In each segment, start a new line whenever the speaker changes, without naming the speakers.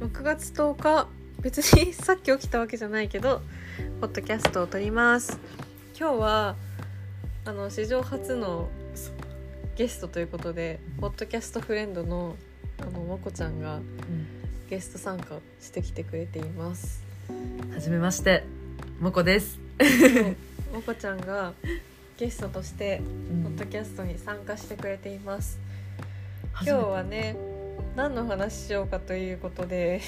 9月10日別に さっき起きたわけじゃないけどポッドキャストを撮ります今日はあの史上初のゲストということでポッドキャストフレンドのあのまこちゃんがゲスト参加してきてくれています
はじめまして、もこです。
まこちゃんがゲストとしてポッドキャストに参加してくれています今日はね何の話しようかということで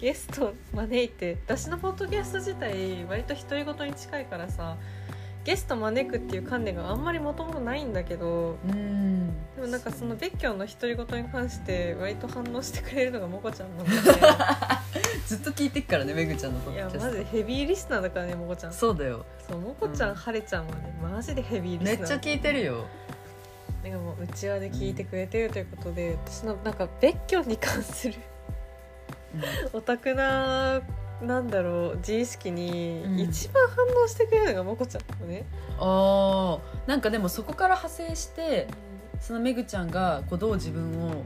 ゲストを招いて私のポッドキャスト自体割と独り言に近いからさゲスト招くっていう観念があんまりもともとないんだけど
初めて。うん。
でもなんかその別居の独り言に関して割と反応してくれるのがもこちゃん なの
ずっと聞いてっからね、めぐちゃんのポ
でい
ッ
や
ドキャ
マ
ス
ジで
ト。
ヘビーリスナーだからねもこちゃんそ
そうだよ。
うもこちゃん、
うん
はれちゃんはねマジでヘビーリスナ
め
ー
っちゃ聞いてるよ。
なんかもううちわで聞いてくれてるということで私のなんか別居に関するオタクななんだろう自意識
うん
に一番反応してくれるのがまこちゃんのね、
ああ、なんかでもそこから派生して、そのめぐちゃんがこうどう自分を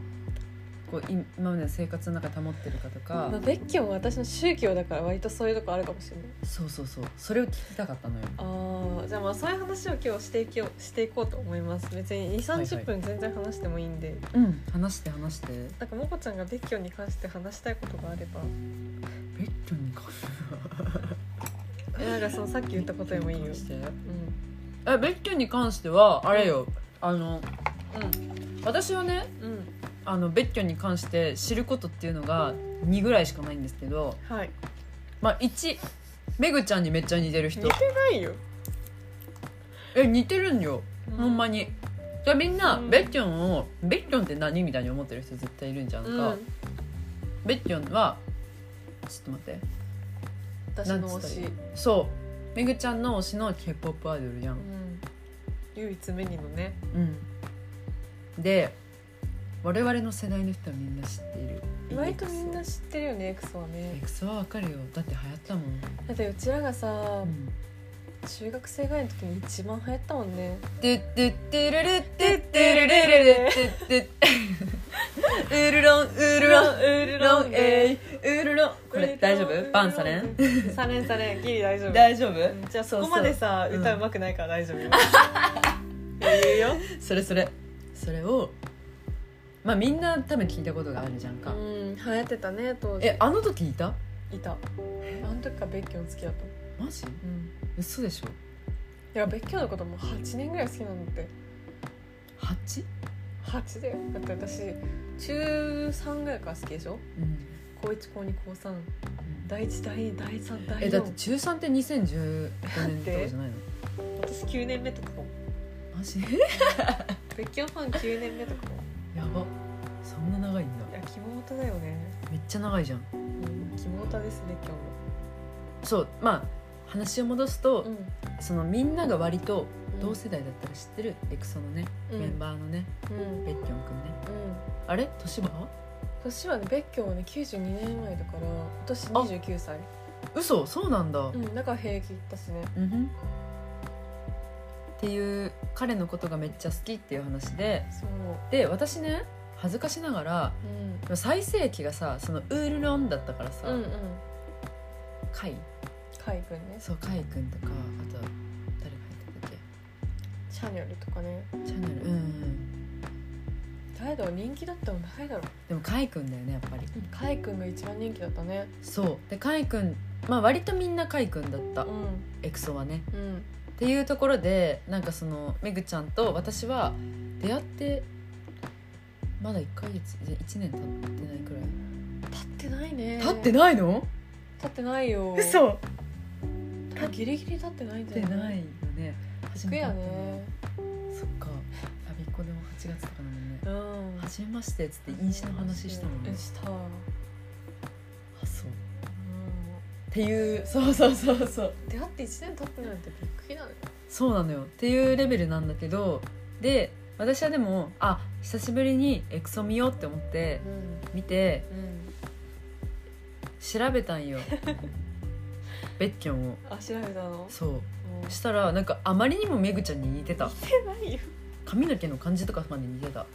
こうい今までの生活の中で保ってるかとか
まあ、、別居も私の宗教だから割とそういうとこあるかもしれない
そうそうそう、それを聞きたかったのよ。
あーじゃあまあそういう話を今日していきようしていこうと思います別に2 3 0分全然話してもいいんで、
うん、話して話して。
なんかもこちゃんが別居に関して話したいことがあれば
ベッドに関して
えなんかそのさっき言ったことでもいいよ、
して
うん
え、ベッドに関してはあれよ、あの私はね、
うんうん
あの別居に関して知ることっていうのが2ぐらいしかないんですけど、
はい
まあ、1めぐちゃんにめっちゃ似てる人
似てないよ、
え似てるんよ、ほんま
に
にじゃあみんな、
うん
ベッキョンをベッキョンって何みたいに思ってる人絶対いるんじゃん
うん
か、ベッキョンはちょっと待って
私
なん
の推
つった
し
らいいそうめぐちゃんの推しの k p o p アイドルやん
うん唯一無二のね
うんで我々の世代の人はみんな知っている
割とみんな
EXO
知ってるよね EXO はね
EXO はわかるよだって流行ったもん、
だってうちらがさ、
うん
中学生ぐらいの時に一番流行ったもんね
てってってるるってってるるるるってってうるろんうるろん
ウル
ろんえいうるろんこれ大丈夫バンされん
サレンサレンギリ大丈夫
大丈夫
うんじゃあ
そ
そう
そう
こまでさ
うん
歌うまくないから大 丈夫よ言うよ
それそれそれをまあみんな多分聞いたことがあるじゃん
う
か
ん流行ってたね当時
えあの時いた
いたあの時から別居の付き合った
マジ
うん
嘘でしょ
いや別居のこともう8年ぐらい好きなんだって
8?
8だよだって私中3ぐらいから好きでしょ
うん
高1高2高3第1第2第3第4
えだって中3って2015年とかじゃないの
私9年目とかも
マジ
別居ファン9年目とかも
やばそんな長いんだ
いやキモオタだよね
めっちゃ長いじゃん
うんキモオタですね今
そうまあ話を戻すと、
日も
そのみんなが割と
うん
同世代だったら知ってるエクソのね、
うん
メンバーのね
うんうん
ベッキョンくんねあれ年は
年はね別居はね92年生まれだから今年29歳
嘘そうなんだ、う
うんだから平気言ったしね
んふんっていう彼のことがめっちゃ好きっていう話で
そう
で私ね恥ずかしながら
うん
最盛期がさそのウールロンだったからさ、
うんうん
カイ
海軍ね
そうカイくんとかあと誰が入ってたっ
シャニョルとかね
けチャンネルうん、うん、
誰だろう人気だったのないだろ
でもカイくんだよねやっぱり
海軍が一番人気だったね
そうでカイくんまあ割とみんなカイくんだった、
うん
エクソはね
うん
っていうところでなんかそのめぐちゃんと私は出会ってまだ1ヶ月いや1年経ってないくらい
立ってないね
経ってないの
立ってないよ
嘘
あギリギリ立ってないんじ
経
ゃ
って
な
ないいよね初
服
めて会
や
ったの
ね
そっか旅っ子でも8月とかなのね
うん
初めましてっつって飲酒の話したもんね
えした、うん、
あそうっていうそうそうそうそう
出会って1年経ってないってびっくりなのよ
そうなのよっていうレベルなんだけどで私はでもあ久しぶりにエクソ見ようって思って
うん
見て
うん
調べた んよベッキョンを
あ調べたの
そう
うん
したらなんかあまりにもめぐちゃんに似てた
似てないよ
髪の毛の感じとかまで似てた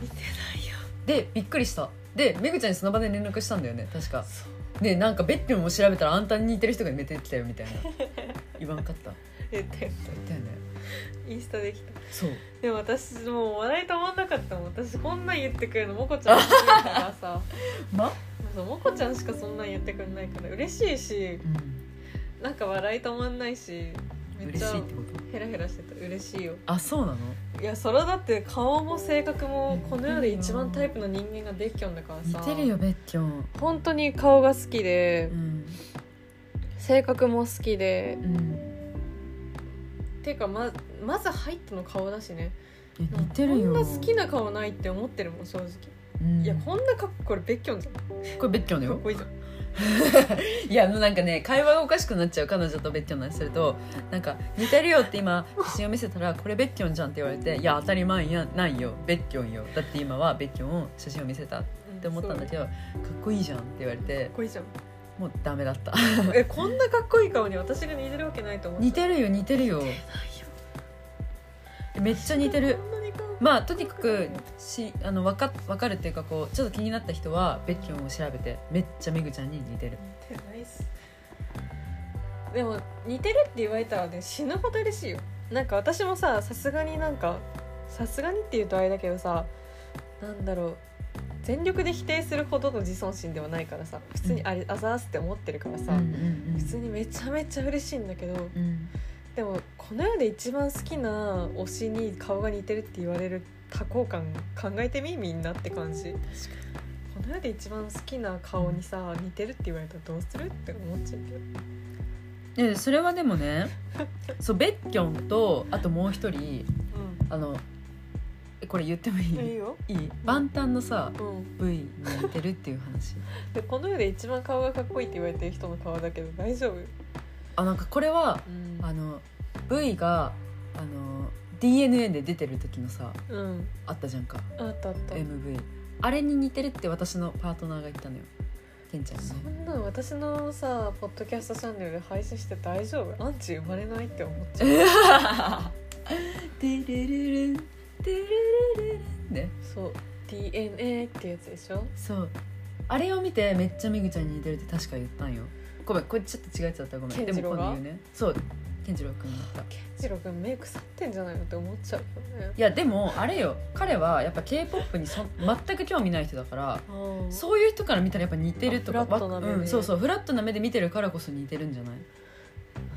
似てないよ
でびっくりしたでめぐちゃんにその場で連絡したんだよね確か
そ
でなんかベッドも調べたらあんたに似てる人が寝てきたよみたいな言わんかった
言って
言ったよね
インスタできた
そう
でも私もう笑い止まんなかったもん私こんなん言ってくれるのもこちゃん初めてだからさ
ま、
そうもこちゃんしかそんなん言ってくれないから嬉しいし
う
なんか笑い止まんないしめ
ん、
っ
嬉
ちゃ
しいってこと
ヘラヘラしてた嬉しいよ
あそうなの
いやそれはだって顔も性格もこの世で一番タイプの人間ができよんだから
似
さ
てるよベッキョン
本当に顔が好きで
うん
性格も好きで
うん
ていうかままず入ったの顔だしね
いや似てるよ
こんな好きな顔ないって思ってるもん正直
うん
いやこんなかっここれ別居んじゃんか
これベッキョンだよ
っこいいじゃん
いやもうなんかね会話がおかしくなっちゃう彼女とベッキョンの話するとなんか「似てるよ」って今写真を見せたら「これベッキョンじゃん」って言われて「いや当たり前やないよベッキョンよだって今はベッキョンを写真を見せた」って思ったんだけ
ど
ど「かっこいいじゃん」って言われて
かっこいいじゃん
もうダメだった
えこんなかっこいい顔に私が似てるわけないと思って
似てるよ似てるよめっちゃ似てる
こんなに顔
まあとにかくしあの分か分かるっていうかこうちょっと気になった人はベッキョンを調べてめっちゃめぐちゃんに似てる
似てないっすでも似てるって言われたらね死ぬほど嬉しいよなんか私もささすがになんかさすがにって言うとあれだけどさなんだろう全力で否定するほどの自尊心ではないからさ普通にあれ、あざーすって思ってるからさ、
うんうんうん
普通にめちゃめちゃ嬉しいんだけど
うん
でもこの世で一番好きな推しに顔が似てるって言われる多幸感考えてみみんなって感じこ
確かに
の世で一番好きな顔にさ似てるって言われたらどうするって思っちゃうけど
でそれはでもねそうベッキョンとあともう一人あのえこれ言ってもい
うん、いい
い
よ、
いい万端のさ
うん、
V に似てるっていう話
でこの世で一番顔がかっこいいって言われてる人の顔だけど大丈夫、
あなんかこれは
うん
あの V があの DNA で出てる時のさ
うん、
あったじゃんか
あったあった、
MV あれに似てるって私のパートナーが言ったのよてんちゃん
そ
がね
んなの私のさポッドキャストチャンネルで配信して大丈夫アンチ生まれないって思っちゃう
テレレレンテレレレレンね
そう DNA ってやつでしょ
そうあれを見てめっちゃめぐちゃんに似てるって確か言ったんよごめんこれちょっと違うやつだったらごめん
健次郎が
でも今度言うねそう健次郎君だったい
ケンジロ君目腐ってんじゃないのって思っちゃうよね
やでもあれよ彼はやっぱ k p o p にそ 全く興味ない人だからそういう人から見たらやっぱ似てるとか
あフラットな目で
うん、そうそうフラットな目で見てるからこそ似てるんじゃない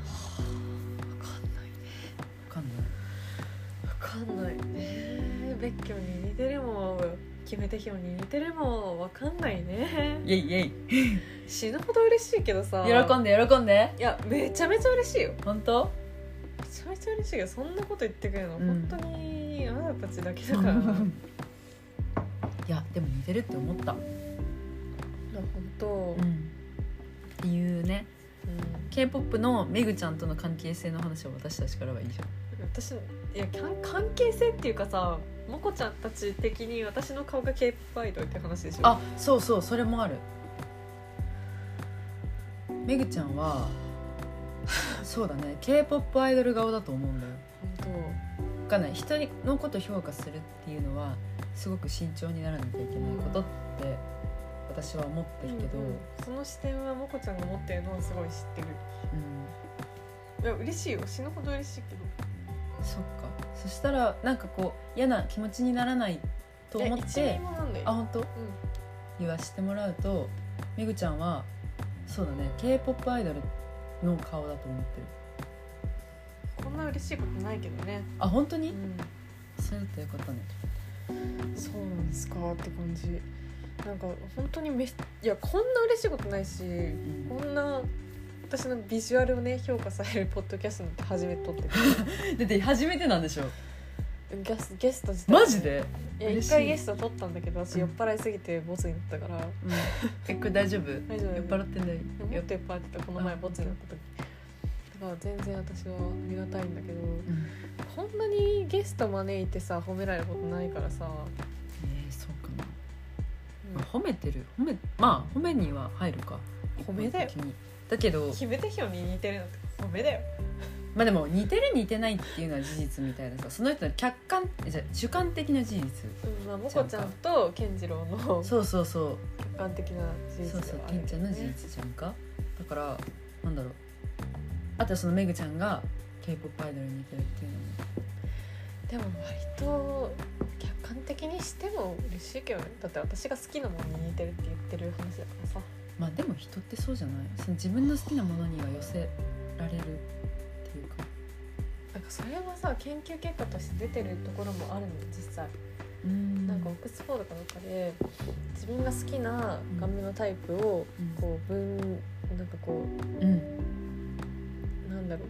分かんないね
分かん
分かん
ない
ないね別居に似てるもん決め手表に似てるもん分かんないね
イェイイ
死ぬほど嬉しいけどさ
ェイ喜んで喜んで
いやめちゃめちゃ嬉しいよ
本当
めちゃめちゃ嬉しいけどそんなこと言ってくれるの、
うん
本当にあなたたちだけだ
だ
か
からら
まあ本
いやでも似てるって思った、
当、
うん、っていうね k p o p のめぐちゃんとの関係性の話を私たちからはいいじゃん
うん私いやかん関係性っていうかさもこちゃんたち的に私の顔が k p o p アイドルって話でしょ
あそうそうそれもあるめぐちゃんは そうだね k p o p アイドル顔だと思うんだよ
本
分かんない人のこと評価するっていうのはすごく慎重にならなきゃいけないことって私は思って
当
るけど、
う
うん
んうんその視点はもこちゃんが持ってるのをすごい知ってるいや嬉しいよ死ぬほど嬉しいけど
そっかそしたらなんかこう嫌な気持ちにならないと思っ
いや一
て
ミリもなんない
あ本当言わしてもらうとめぐちゃんはそうだね k p o p アイドルの顔だと思ってる
うん、こんな嬉しいことないけどね、
あ本当に、
うん、
それだったらよかったね
そうなんですかって感じなんか本当にめいやこんな嬉しいことないしこんな私のビジュアルをね評価されるポッドキャストなんて初めて撮ってて
だって初めてなんでしょ
ゲスゲスト自体
マジで、
いや
嬉しい
一回ゲスト撮ったんだけど私酔っ払いすぎてボツになったから
うん、えこれ大丈夫
大丈夫
酔っ払ってない
もっと酔っ払ってたこの前ボツになった時だから全然私はありがたいんだけど
うん
こんなにゲスト招いてさ褒められることないからさ、
えーそうかな、
うん
まあ褒めてる褒めまあ褒めには入るか
褒めだよ
一般的にだけど
決め手表に似てるのって褒めだよ
まあでも似てる似てないっていうのは事実みたいなさその人の客観えじゃあ主観的な事実
うんまあ、もこちゃんと健次郎の
そうそうそう
客観的な事
そう
実
そ
で
う
はある
金
よ
ちゃんの事
ね
実じゃんかだからなんだろうあとはそのめぐちゃんが k p o p アイドルに似てるっていうのも
でも割と客観的にしても嬉しいけどねだって私が好きなものに似てるって言ってる話だからさ
まあでも人ってそうじゃないその自分の好きなものには寄せられるっていうか
なんかそれはさ研究結果として出てるところもあるの実際
うん
なんかオックスフォードかなんかで自分が好きな顔面のタイプを
うん
こう分なんかこ
うん
うなんだろ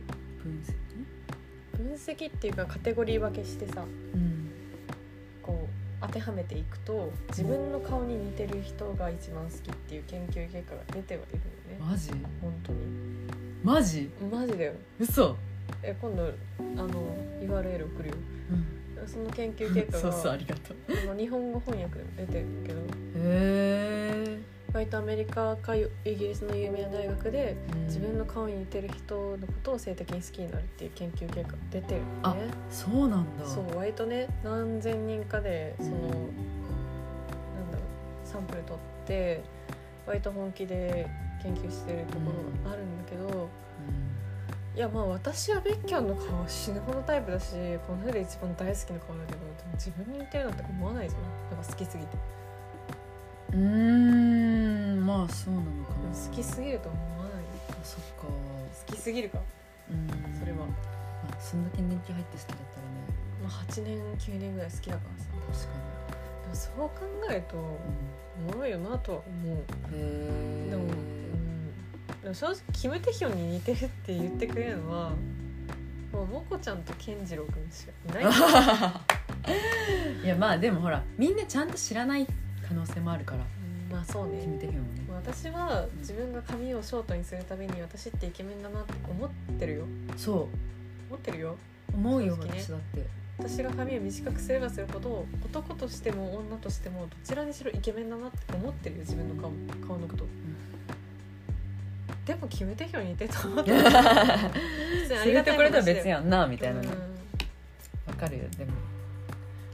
分析
う分析っていうかカテゴリー分けしてさ
うん
こう当てはめていくと自分の顔に似てる人が一番好きっていう研究結果が出てはいるよね
マジ
本当に
マジ
マジだよ
嘘
え今度あの URL 送るよ
うん
その研究結果
そう そう
が
ありがとうへ
あの日本語翻訳でも出てるけど
え
割とアメリカかイギリスの有名な大学で自分の顔に似てる人のことを性的に好きになるっていう研究結果が出てるの
あ
ね
そうなんだ
そう割とね何千人かでその、
うん
なんだろうサンプル取って割と本気で研究してるところがあるんだけど、
うん
いやまあ私はベッキャンの顔は死ぬほどタイプだしこの世で一番大好きな顔だけどでも自分に似てるなんて思わないじゃんなんか好きすぎて
うーんまあそうなのか
で
な
も好きすぎると思わない
あそっか
好きすぎるか、
うん
それは、ま
まあ、そんだけ年季入って好きだったらね
あ、8年9年ぐらい好きだからさ
確か
でもそう考えると
に、
おもろいよなとは思う
うん、へえ
でも、うん、でも正直キム・テヒョンに似てるって言ってくれるのはもうモコちゃんとケンジロウくんしか いない
いやまあでもほらみんなちゃんと知らない可能性もあるから
うんまあそう
キ
ね
ム・テヒョンもね
私は自分が髪をショートにするために私ってイケメンだなって思ってるよ
そ
思ってるよ
う思うよ
正直ね
私だって
私が髪を短くすればするほど男としても女としてもどちらにしろイケメンだなって思ってるよ自分の顔顔のこと、でもキム・テヒョンに似 てた 思って普通にあ
そ
りが
れったて
い
これとは
話だよ
別やんなみたいな
う
ね
ん
わかるよでも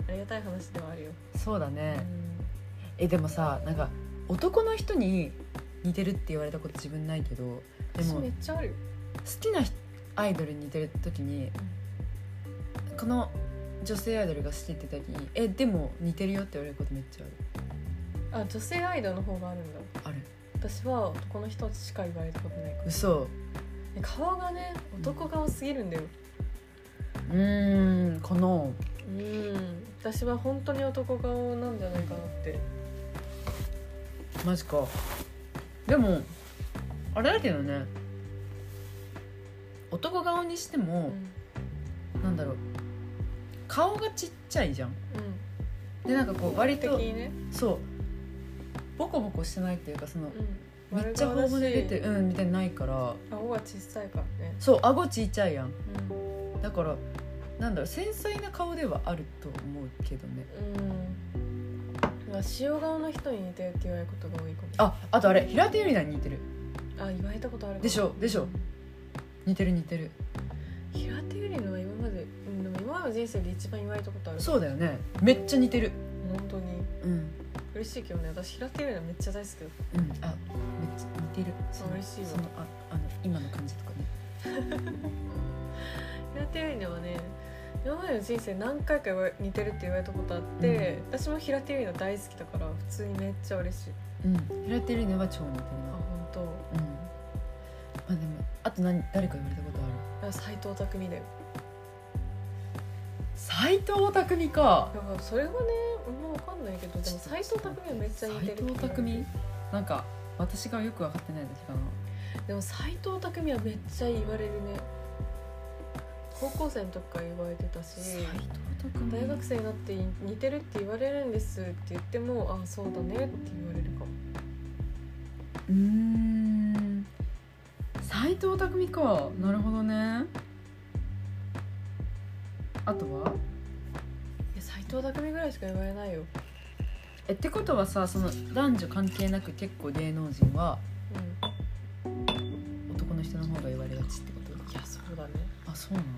ありがたい話ではあるよ。
そうだ
う
ね
ん
えでもさなんか男の人に似てるって言われたこと自分ないけどで
私
も
めっちゃあるよ。
好きなアイドルに似てる時に、この女性アイドルが好きって言った時に「えでも似てるよ」って言われることめっちゃある
あ、女性アイドルの方があるんだ。
ある
私は男の人しか言われたことないから。
嘘
顔がね、男顔すぎるんだよ。
うーんこの
うん。私は本当に男顔なんじゃないかなって。
マジかでもあれだけどね男顔にして
うん
も、。なんだろう顔がちっちゃいじゃんでなんかこう割
的
と
にね。
そうボコボコしてないっていうかそ
う
の
ん。
めっちゃ頬骨出てるうんみたいにないから
顔が小さいからね。
そう顎ちっちゃいやん
うん。
だからなんだろう繊細な顔ではあると思うけどね
うん。まあ塩顔の人に似てるって言われることが多いかも。
ああとあれ平手友梨奈に似てる
あ、言われたことあるかも
でしょでしょ似てる似てる
平手友梨奈は今まで、うん、でも今までの人生で一番言われたことある
そうだよねめっちゃ似てる
本当に
うん
嬉しいけどね私平手友梨奈めっちゃ大好きだった
うんあめっちゃ似てるその
嬉しいわ
そのああの今の感じとかね
平手友梨奈はね今までの人生何回か言わ似てるって言われたことあって、私も平手友梨奈大好きだから普通にめっちゃ嬉しい
うん平手友梨奈は超似てる
あ
な
本当。
うんまあでもあと何誰か言われたことある
あ斎藤匠だよ
斎藤匠か
だからそれはねもう分かんないけどでも斎藤匠はめっちゃ似てる
斎藤匠なんか私がよく分かってないだけかな
でも斎藤匠はめっちゃ言われるね高校生の時から言われてたし
斎藤匠
大学生になって似てるって言われるんですって言ってもあそうだねって言われるかも
うーん斎藤匠かなるほどねあとはい
や斎藤匠ぐらいしか言われないよ、
えってことはさその男女関係なく結構芸能人は
うん、
男の人の方が言われがちってこと
いやそうそうだね
あそうなんだ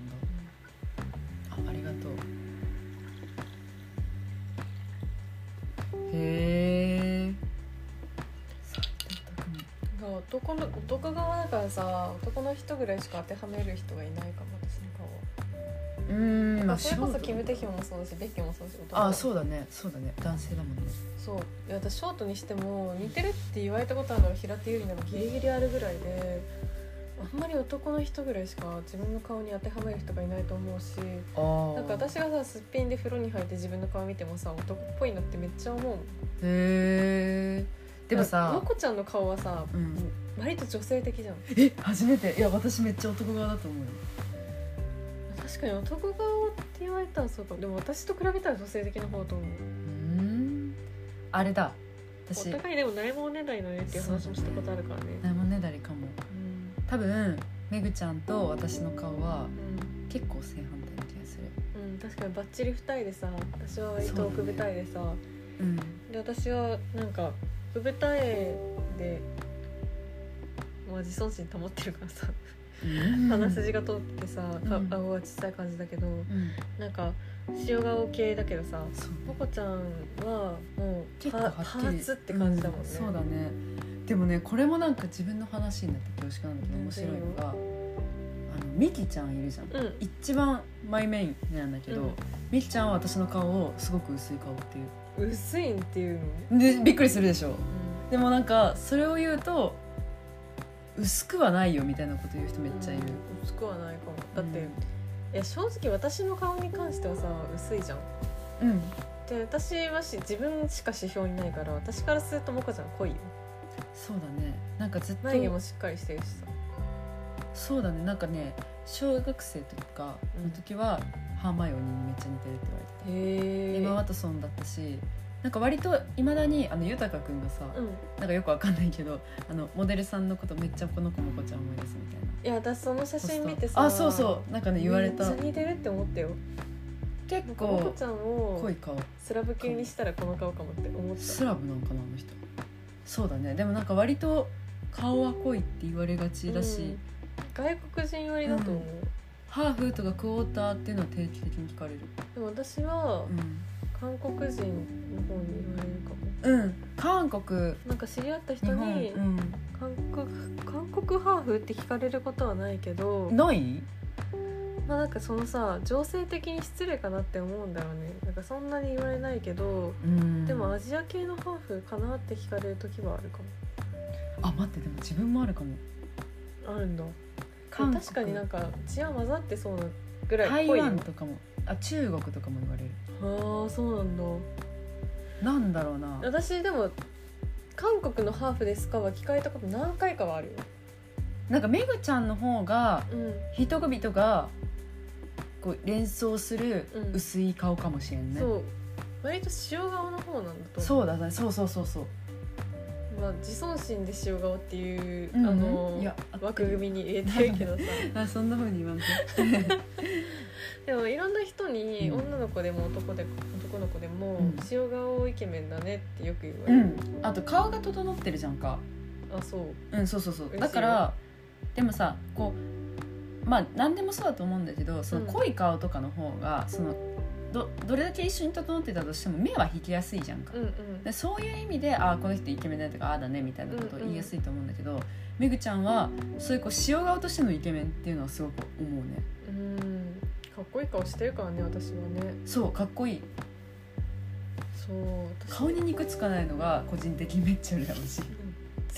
あありがとうへえ
なんか男の男側だからさ男の人ぐらいしか当てはめる人がいないかも私の顔は
うーんまあ
それこそ
素人
キム・テヒョンもそうだしベッキーもそうだし男
あそうだねそうだね男性だもんね
そういや私ショートにしても似てるって言われたことあるのが平手友梨奈もギリギリあるぐらいであんまり男の人ぐらいしか自分の顔に当てはめる人がいないと思うし
あ
な
あ
んか私がさすっぴんで風呂に入って自分の顔見てもさ男っぽいなってめっちゃ思うもん
へえでも
なん
さ
か、ロコちゃんの顔はさ
うん、
割と女性的じゃん
え初めていや私めっちゃ男側だと思うよ
確かに男顔って言われたらそうかでも私と比べたら女性的な方と思う
うーんあれだ
お
私
互いでもないもんねだりのねっていう話もしたことあるからね
ないもんねだりかも
うん
多分めぐちゃんと私の顔は
うん
結構正反対な気がする
うん、確かにバッチリ二重でさ私は割と奥二重でさ、
うん
で私はなんか奥二重でまあ自尊心保ってるからさ鼻筋が通っててさ、か
うん
顎が小さい感じだけど
うん
なんか塩顔系だけどさ
そう
ポコちゃんはもう
結
パ
構
パ
はっきり
ーツって感じだもんね、
うそうだねでもねこれもなんか自分の話になって恐縮なんだけど面白いのがあのミキちゃんいるじゃん
うん
一番マイメインなんだけど、
うん
ミキちゃんは私の顔をすごく薄い顔っていう
薄いんっていうの、
でびっくりするでしょでもなんかそれを言うと薄くはないよみたいなこと言う人めっちゃいる、
うん薄くはないかもだって、
うん
いや正直私の顔に関してはさ薄いじゃん
うん
で私はし自分しか指標にないから私からするともこちゃん濃いよ
そうだねなんかずっと
眉毛もしっかりしてるしさ
そうだねなんかね小学生とかの時は、ハーマイオニーにめっちゃ似てるって言われて
へ
た、
え
エマ・ワトソンだったしなんか割といまだにあの豊くんがさ、
うん
なんかよくわかんないけどあのモデルさんのことめっちゃこの子もこちゃん思い出すみたいない
や私その写真見てさ
あそうそうなんかね言われた
めっちゃ似てるって思ったよ
結
なんかもこ
構
ちゃんを
濃い顔
スラブ系にしたらこの顔かもって思った
スラブなんかなあの人そうだねでもなんか割と顔は濃いって言われがちだし、
うん外国人寄りだと思う、
ハーフとかクォーターっていうのは定期的に聞かれる
でも私は
うん、
韓国人の方に言われるかも
韓国
なんか知り合った人
日本、
に
う
韓国韓国ハーフって聞かれることはないけど
ん、ない
まあなんかそのさ情勢的に失礼かなって思うんだよねなんかそんなに言われないけど
うん
でもアジア系のハーフかなって聞かれる時はあるか
あ待ってでも自分もあるかも
もあるんだ
韓国
確かになんか血は混ざってそうなぐらいっ
台
ぽいよ
湾とかもあ中国とかも言われる
ああそうなんだ
なんだろうな
私でも韓国のハーフですかは聞かれたこと何回かはあるよ
なんかめぐちゃんの方が
うん
人々がこう連想する
うん
薄い顔かもしれんね、
そう割と塩顔の方なんだと思う
そうだねそうそうそうそう
まあ、自尊心で塩顔っていう、
うん
あの
いや
枠組みに入れてるけどさ
あそんな風に 言わんと
でもいろんな人に
うん
女の子でも男で男の子でも、
うん
塩顔イケメンだねってよく言わ
う
れる、
んあと顔が整ってるじゃんか
あそう
うんそうそうそう
嬉しいよ
だからでもさこうまあ何でもそうだと思うんだけどそ
う
の
ん
濃い顔とかの方がそのどどれだけ一緒に整ってたとしても目は引きやすいじゃんか、
うんうん
でそういう意味でああこの人イケメンだねとかああだねみたいなことを言いやすいと思うんだけど、めぐちゃんはそういうこう塩顔としてのイケメンっていうのはすごく思うね
うんかっこいい顔してるからね私はね
そうかっこいい
そう私
顔に肉つかないのが個人的にめっちゃ羨まし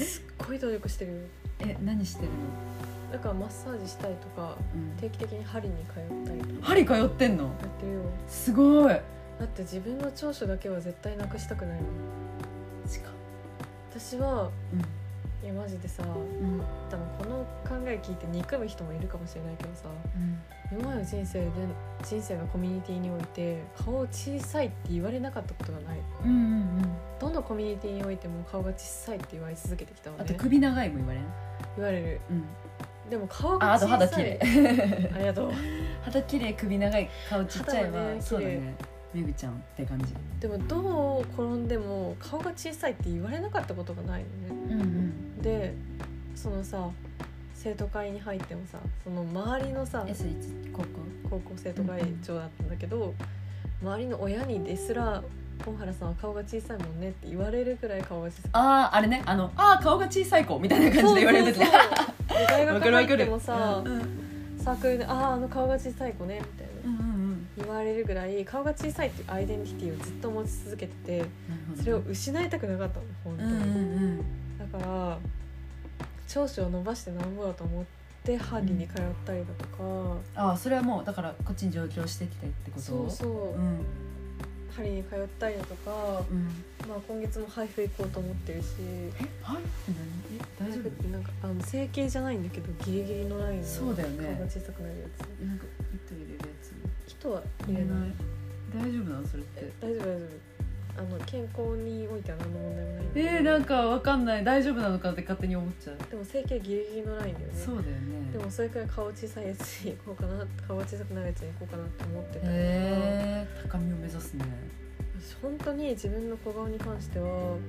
い
すっごい努力してるよ
え何してるの、
だからマッサージしたりとか
うん、
定期的に針に通ったりとか
針通ってんの
やってるよ
すごい
だって自分の長所だけは絶対なくしたくないもん
しか
私は
うん
いやマジでさ
うん
多分この考え聞いて憎む人もいるかもしれないけどさ
うん
今までの人生で人生のコミュニティにおいて顔を小さいって言われなかったことがない
うんうんうん
どのコミュニティにおいても顔が小さいって言われ続けてきたの
あと
ね
首長いも言われん、
言われる
うん、
でも顔
あ
が
あと
小さ
肌
い
綺麗
ありがとう
肌綺麗首長い顔ちっちゃい
肌
は、
もね
そうだねめぐちゃんって感じ
でもどう転んでも顔が小さいって言われなかったことがないのね
うんうん
でそのさ生徒会に入ってもさその周りのさ
S1 高校
高校生徒会長だったんだけど周りの親にですら「本原さんは顔が小さいもんね」って言われるくらい顔が小さい。
あああれねあのあー顔が小さい子みたいな感じで言われる
そうそうそうで大
わ
学
かるわ
入
か
って
る
もさ
うんうん
サークルで「あああの顔が小さい子ね」みたいな
うんうん
言われるぐらい顔が小さいっていうアイデンティティをずっと持ち続けてて
なるほど
それを失いたくなかったの本当
うんうん
に、
うん
だから長所を伸ばしてなんぼだと思ってハリに通ったりだとか、
ああそれはもうだからこっちに上京してきてってこと
そうそう、
うん
ハリに通ったりだとか、
うん
まあ、今月も配布行こうと思ってるし
えはいって何え
配
大丈
布っ
夫
てなんかあの整形じゃないんだけどギリギリのラインの
そうだよね
顔が小さくなるやつ
なんか糸入れるやつ
人は入れない、
大丈夫なのそれって
大丈夫大丈夫あの健康においては何の問題もないんだけど
えー、なんかわかんない大丈夫なのかって勝手に思っちゃう
でも整形ギリギリのラインだよね
そうだよね
でもそれくらい顔小さいやつに行こうかな顔小さくなるやつに行こうかなって思ってたから、
へえー、高みを目指すね
本当に自分の小顔に関してはもう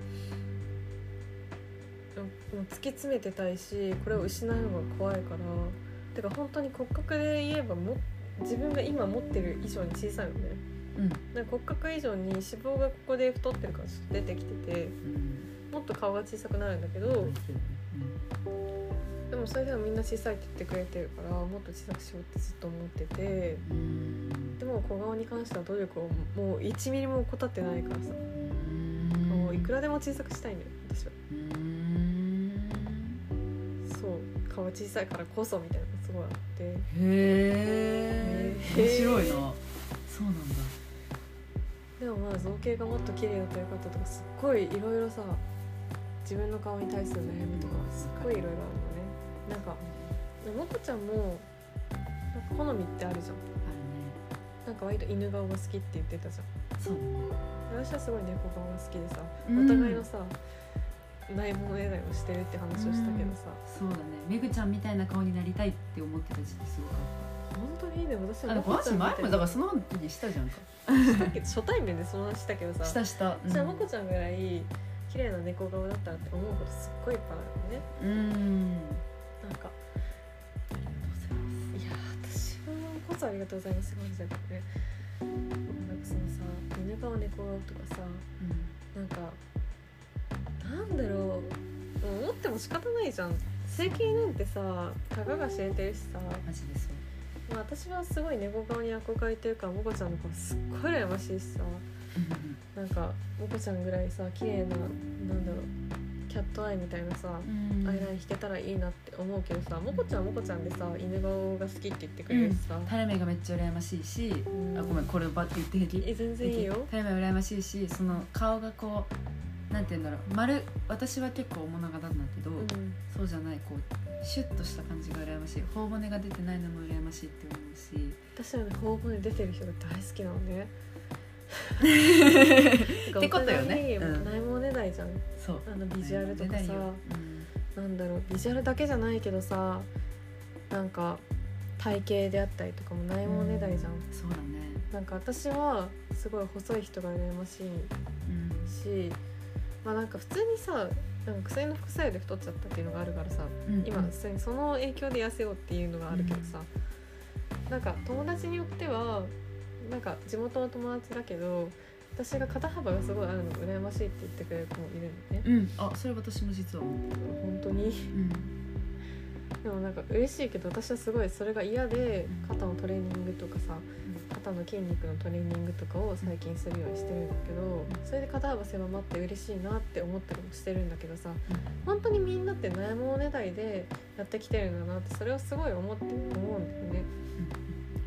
突き詰めてたいしこれを失うのが怖いからてか本当に骨格で言えばも自分が今持ってる以上に小さいのね
うん、
なんか骨格以上に脂肪がここで太ってるからちょっと出てきてて
うん、
もっと顔が小さくなるんだけどでもそれでもみんな小さいって言ってくれてるからもっと小さくしようってずっと思ってて
うん
でも小顔に関しては努力をもう1ミリも怠ってないからさ
うん
もういくらでも小さくしたいんだよ私は。
うん
そう顔小さいからこそみたいなのがすごいあって
へえ面白いな
へ
そうなんだ
でもまあ造形がもっと綺麗だとよかったとかすっごいいろいろさ自分の顔に対する悩みとかすっごいいろいろあるのねなんかもこちゃんもなんか好みってあるじゃん
あ
な
る
んか割と犬顔が好きって言ってたじゃん
ねそう
私はすごい猫顔が好きでさ
うん
お互いのさないものねだりをしてるって話をしたけどさ
そうだねめぐちゃんみたいな顔になりたいって思ってた時期すごか
本当にでも私
った
は
あの
もこ
話
ちゃん
前
み
も
たい
だからその話にしたじゃんか
したけど初対面でその話したけどさ
したした
じゃあまこちゃんぐらい綺麗な猫顔だったらって思うことすっごいいっぱいあるよね
うん
なんか
ありがとうございます
いやー私はこそありがとうございますって感じだけどねなんかそのさ犬顔猫顔とかさなんかなんだろうもう思っても仕方ないじゃん整形なんてさたかが知れてるしさ、ま
マジでそう
あ、私はすごい猫顔に憧れてるからもこちゃんの顔すっごい羨ましいしさなんかもこちゃんぐらいさ綺麗ななんだろうキャットアイみたいなさ
うん
アイライン引けたらいいなって思うけどさもこちゃんはもこちゃんでさ犬顔が好きって言ってくれるしさ、
垂れ目がめっちゃ羨ましいし
うん
あごめんこればって言って平気
え全然いいよ
垂れ目羨ましいしその顔がこうなんて言うんだろう丸私は結構面長なんだけど、
うん
そうじゃないこうシュッとした感じが羨ましい頬骨が出てないのも羨ましいって思 うし
私はね頬骨出てる人が大好きなのね
ってことよね
お互い
うん
ないものねだいじゃん
そう
あのビジュアルとかさ
出ないよう
な
ん
んだろうビジュアルだけじゃないけどさなんか体型であったりとかもないものねだいじゃん、
そうだね
なんか私はすごい細い人が羨ましい
うん
しまあなんか普通にさなんか薬の副作用で太っちゃったっていうのがあるからさ
うん
今普通にその影響で痩せようっていうのがあるけどさ、なんか友達によってはなんか地元の友達だけど私が肩幅がすごいあるのが羨ましいって言ってくれる子もいるのね
うんあそれ私も実は思う
本当に
うん
でもなんか嬉しいけど私はすごいそれが嫌で肩のトレーニングとかさ肩の筋肉のトレーニングとかを最近するようにしてるんだけどそれで肩幅狭まって嬉しいなって思ったりもしてるんだけどさ本当にみんなって悩もうねだりでやってきてるんだなってそれをすごい思って思うんだよね。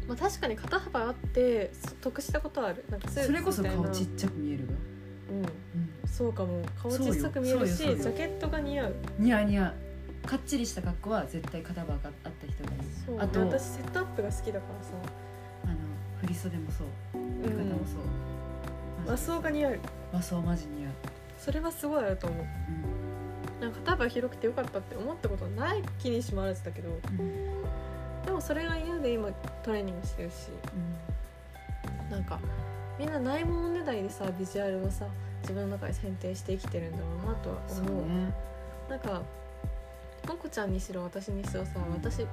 まあ、確かに肩幅あってそ得したことはあるなんかスーツ
それこそ
みたいな
顔ちっちゃく見えるわ
うん、そうかも顔
そうよ
小さく見えるしジ
そうよそうよ
ャケットが似合う
ニヤニヤかっちりした格好は絶対肩幅があった人がいい
そう
あと
私セットアップが好きだからさ、
あの振り袖もそう
う
浴衣
ん
も、そう
和装が似合う
和装マジ似合う
それはすごいあると思うなんか肩幅広くてよかったって思ったことはない気にしもあらずだけど
うんうん
でもそれが嫌で今トレーニングしてるしなんかみんなないものねだりでさビジュアルをさ自分の中で選定して生きてるんだろうなとは
そう
思う
ね
なんかまこちゃんにしろ私にしろさ私も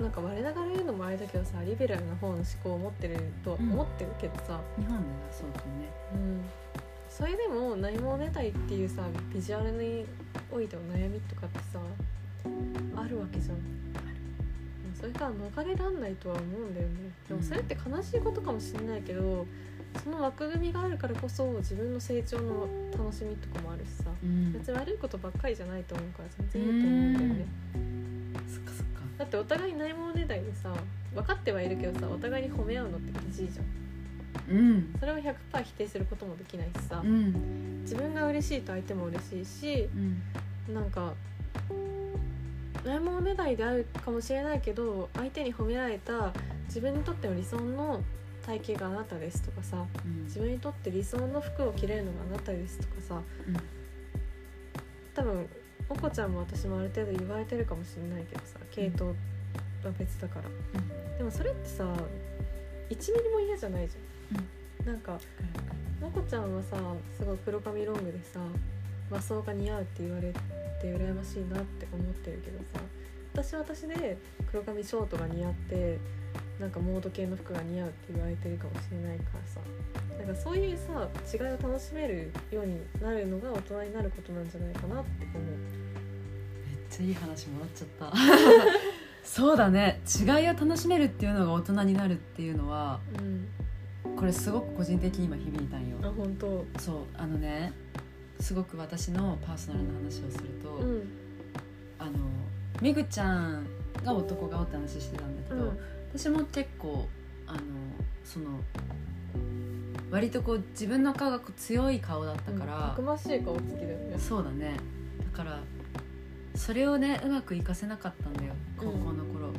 なんか我ながら言うのもあれだけどさリベラルな方の思考を持ってるとは思ってるけどさ、
日本ではそうかもね
うんそれでも何も出たいっていうさビジュアルにおいての悩みとかってさあるわけじゃんうんそれから逃れらんないとは思うんだよねでもそれって悲しいことかもしれないけどその枠組みがあるからこそ自分の成長の楽しみとかもあるしさ
うん
別に悪いことばっかりじゃないと思うから全然いいと思うんだよね
そっかそっか
だってお互いないものねだりでさ分かってはいるけどさお互いに褒め合うのってきついじゃん
うん
それを100%否定することもできないしさ
うん
自分が嬉しいと相手も嬉しいし
うん
なんかないものねだりであるかもしれないけど相手に褒められた自分にとっての理想の体型があなたですとかさ
うん
自分にとって理想の服を着れるのがあなたですとかさ
うん
多分おこちゃんも私もある程度言われてるかもしれないけどさ系統は別だから、でもそれってさ1ミリも嫌じゃないじゃん、なんかまこちゃんはさすごい黒髪ロングでさ和装が似合うって言われて羨ましいなって思ってるけどさ私は私で黒髪ショートが似合ってなんかモード系の服が似合うって言われてるかもしれないからさなんかそういうさ違いを楽しめるようになるのが大人になることなんじゃないかなって思う。
めっちゃいい話もらっちゃった そうだね違いを楽しめるっていうのが大人になるっていうのは
うん、
これすごく個人的に今響いたんよ
あ本当
そうあのねすごく私のパーソナルな話をすると、
うん
あのめぐちゃんが男顔って話してたんだけ
う
ど、
ん
私も結構あのその割とこう自分の顔がこう強い顔だったか
うんた
ら
く、ましい顔つきだよね
そうだねだからそれをねうまく活かせなかったんだよ高校の頃、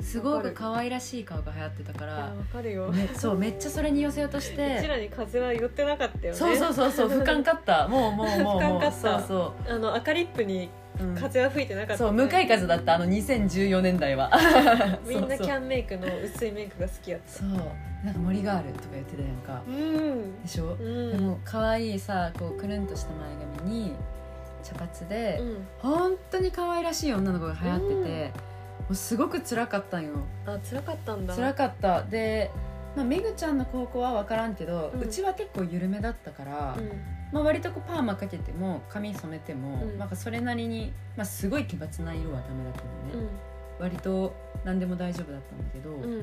すご
わか
く
る
可愛らしい顔が流行ってたか
いや
ら
わかるよ、
めそうめっちゃそれに寄せようとし
うち
て
らに風は寄ってなかったよね
そうそうそうそう不感かったもうもうもう
不
も
感
う
かった
そう
あの赤リップに
そう、うん
風は吹いてなかった、
そう向かい風だったあの2014年代は
みんな
そ
キ
う
ャンメイクの薄いメイクが好きやった
そうそうなんか森ガールとか言ってたやんか
うん
でしょ
う、
で
ん
も可愛いさこうくるんとした前髪に茶髪で、
うん
本当に可愛らしい女の子が流行ってて、もうすごく辛かったんよ
あ辛かったんだ
辛
か
かったで、まあ、めぐちゃんの高校は分からんけど、
う
うんちは結構緩めだったから、
うん
まあ、割とこうパーマかけても髪染めても、
うん
なんかそれなりに、まあ、すごい奇抜な色はダメだけどね、割と何でも大丈夫だったんだけど、
うんうん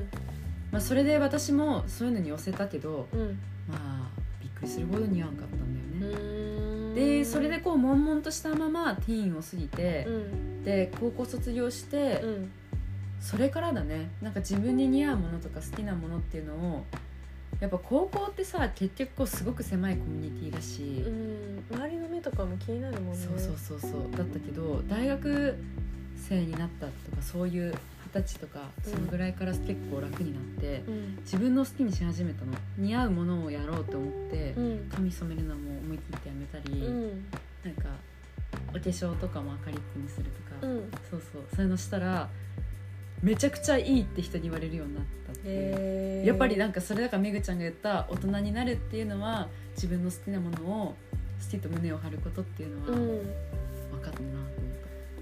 まあ、それで私もそういうのに寄せたけど
うん
まあびっくりするほど似合わんかったんだよ
う
ね、
ーん
でそれでこう悶々としたままティーンを過ぎて
う、ん
で高校卒業して、
うん
それからだねなんか自分に似合うものとか好きなものっていうのをやっぱ高校ってさ結局こうすごく狭いコミュニティだし、
うん周りの目とかも気になるもんね
そうそうそうそうだったけど大学生になったとかそういう二十歳とか
うん
そのぐらいから結構楽になって、
うん
自分の好きにし始めたの似合うものをやろうと思って、
うん
髪染めるのも思い切ってやめたり、
うん
なんかお化粧とかも明るくにするとか、
うん
そうそうそういうのしたらめちゃくちゃいいって人に言われるようになったっていう
へー
やっぱりなんかそれだからめぐちゃんが言った大人になるっていうのは自分の好きなものを好きと胸を張ることっていうのは
う
分
ん
かったなと思っ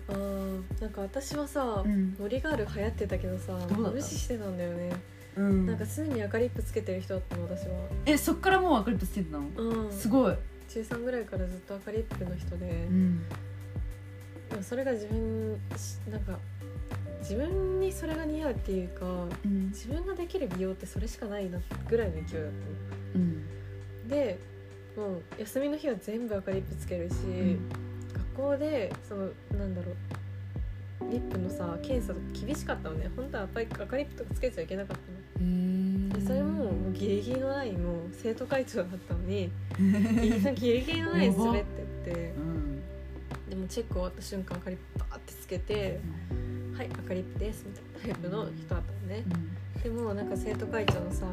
あーなんか私はさ
た、うん
森ガール流行ってたけどさ
どうだった
無視してたんだよね、
うん
なんか常に赤リップつけてる人だったの私は
えそっからもう分かるとしてたの
うん
すごい、
中3ぐらいからずっと赤リップの人で、
ん、
でもそれが自分しなんか自分にそれが似合うっていうか
うん
自分ができる美容ってそれしかないなぐらいの勢いだったの
うん
でもう休みの日は全部赤リップつけるし、学校でそのなんだろうリップのさ検査とか厳しかったのね本当は赤い赤リップとかつけちゃいけなかったのでそれももうギリギリのラインを生徒会長だったのにギリギリのライン滑ってって
うん
でもチェック終わった瞬間赤リップバーってつけて「はい赤リップです」みたいなタイプの人だったのねでもなんか生徒会長のさ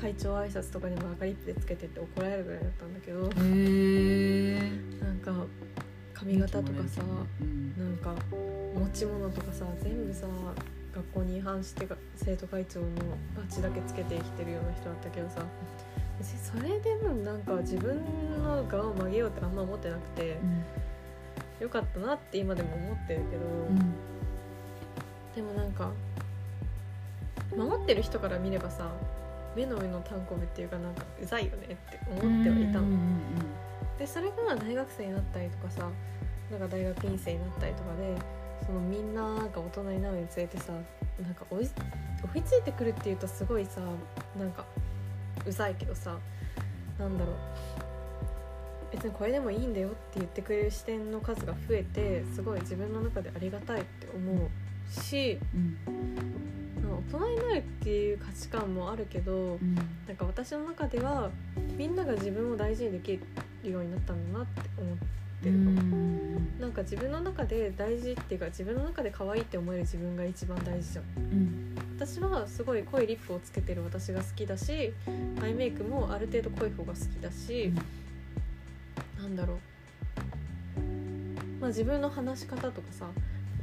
会長挨拶とかにも赤リップでつけてって怒られるぐらいだったんだけど
へえ
なんか髪型とかさ
うん
なんか持ち物とかさ全部さ学校に違反してが生徒会長のバッジだけつけて生きてるような人だったけどさ別にそれでもなんか自分の側を曲げようってあんま思ってなくて良かったなって今でも思ってるけど、
うん
でもなんか守ってる人から見ればさ目の上のタンコブっていうかなんかうざいよねって思ってはいたの、
うんうん
でそれが大学生になったりとかさなんか大学院生になったりとかでそのみんなが大人になるにつれてさなんか追い追いついてくるっていうとすごいさなんかうざいけどさなんだろう別にこれでもいいんだよって言ってくれる視点の数が増えてすごい自分の中でありがたいって思うし
うん
なんか大人になるっていう価値観もあるけど
うん
なんか私の中ではみんなが自分を大事にできるようになったんだなって思ってるかも
うん
なんか自分の中で大事っていうか自分の中で可愛いって思える自分が一番大事じゃん
うん
私はすごい濃いリップをつけてる私が好きだしアイメイクもある程度濃い方が好きだし、なんだろうまあ自分の話し方とかさ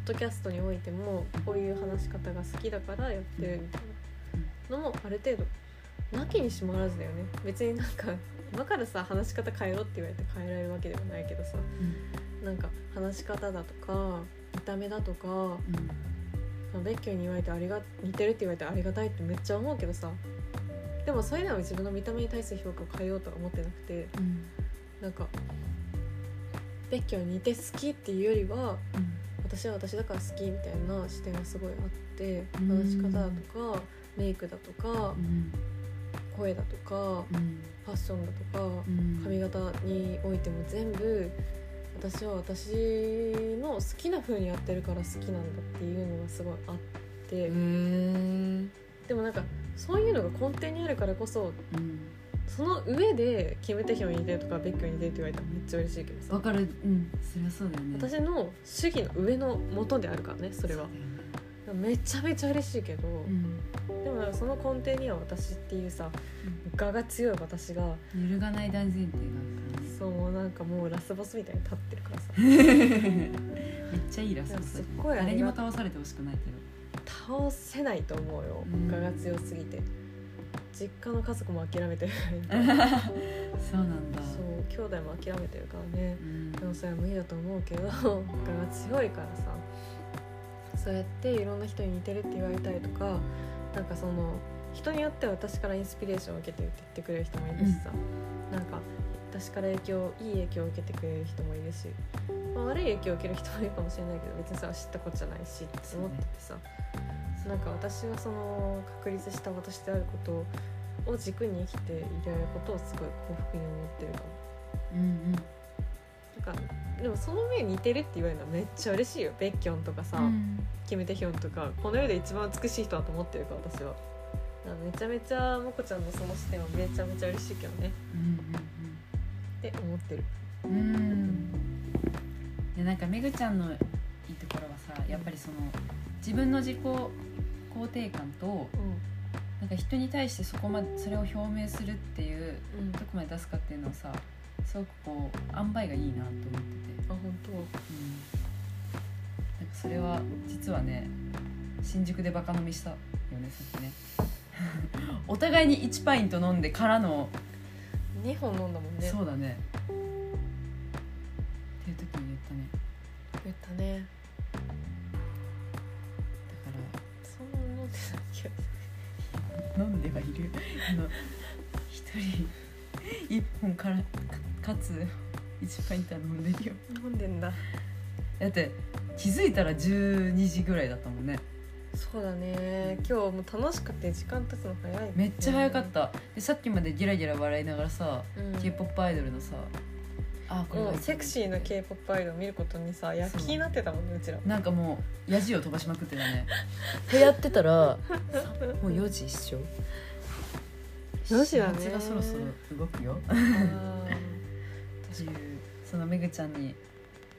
ポッドキャストにおいてもこういう話し方が好きだからやってるみたいなのもある程度なきにしもあらずだよね別になんか今からさ話し方変えろって言われて変えられるわけではないけどさなんか話し方だとか見た目だとか
うん
ベッキーに言われてありが似てるって言われてありがたいってめっちゃ思うけどさでもそれなのに自分の見た目に対する評価を変えようとは思ってなくて
うん
なんかベッキーに似て好きっていうよりは私は私だから好きみたいな視点がすごいあって
うん
話し方だとかメイクだとか
うん
声だとか
うん
ファッションだとか
うん
髪型においても全部私は私の好きな風にやってるから好きなんだっていうのがすごいあって、
へー
でもなんかそういうのが根底にあるからこそ
うん
その上でキム・テヒョンに似てるとかベッキョンに似てるって言われたらめっちゃ嬉しいけど
わ
さ
かるうんそりゃそうだよね
私の主義の上の元であるからねそれは
そうだよね
めちゃめちゃ嬉しいけど、
うん
でもなんかその根底には私っていうさ
うん
我が強い私が
揺るがない大前提がある
そうもうなんかもうラスボスみたいに立ってるからさ
からねめっちゃいいラスボス
すっごいあ
誰
り
にも
がた
倒されてほしくないけど
倒せないと思うよ
うん
我が強すぎて実家の家族も諦めてるぐ
そう
らい
なんだ
そう兄弟も諦めてるからね
うん
でもそれは無理だと思うけど 我が強いからさそうやっていろんな人に似てるって言われたりとかなんかその人によっては私からインスピレーションを受けてるって言ってくれる人もいるしさ、なんか私から影響いい影響を受けてくれる人もいるし、まあ、悪い影響を受ける人もいるかもしれないけど別にさ知ったことじゃないしって思っててさ、なんか私はその確立した私であることを軸に生きていられることをすごい幸福に思ってるかも。
うん
なんかでもその目似てるって言われるのはめっちゃ嬉しいよベッキョンとかさ、
うんうん
キム・テヒョンとかこの世で一番美しい人だと思ってるから私はだからめちゃめちゃモコちゃんのその視点はめちゃめちゃ嬉しいけどねって思ってる
うんうんうんいやなんかめぐちゃんのいいところはさやっぱりその自分の自己肯定感と
う
なんか人に対してそこまでそれを表明するっていうん
うん
ど
あ
こまで出すかっていうのをさすごくこう塩梅がいいなと思ってて、
本
うん、なんかそれは実はね新宿でバカ飲みしたよねさっきね お互いに1パイント飲んでからの、
当2本飲んだもんね
そうだねっていう時に言ったね
言ったね
だか
そんな飲んでたっけ
ら飲んではいるあの一人1本からかかつ1パイントは飲んでるよ
飲んでんだ
だって気づいたら12時ぐらいだったもんね
そうだね今日もう楽しくて時間経つの早いね、
めっちゃ早かったでさっきまでギラギラ笑いながらさ
うん、
k p o p アイドルのさあ
もう
が
セクシーな k p o p アイドル見ることにさ躍起になってたもんねう ちら
なんかもうヤジを飛ばしまくってた ねってやってた らもう4時一緒
4時だね
始発がそろそろ動くよっ
あー
ていうそのめぐちゃんに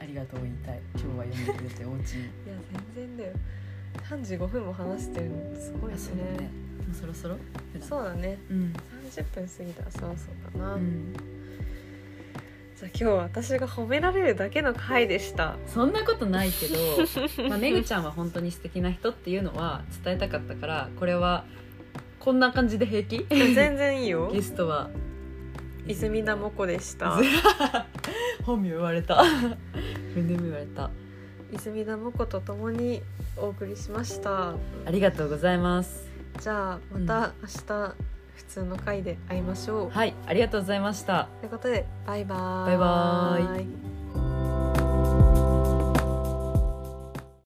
ありがとうを言いたい今日は読んでくれておうちに
いや全然だよ35分も話してるのすごい
あ
ね
そうだねもうそろそろ普段
そうだね
うん、
30分過ぎたらそろそろかな、
うん、
じゃあ今日は私が褒められるだけの回で した
そんなことないけ ど、まあ、めぐちゃんは本当に素敵な人っていうのは伝えたかったからこれはこんな感じで平 気
全然いいよ
ゲストは
泉田もこでした
本名言われた 胸でも言われた
泉田もことともにお送りしました
ありがとうございます
じゃあまた明日普通の回で会いましょう、
はいありがとうございました
ということでバイバーイ
バイバー
イ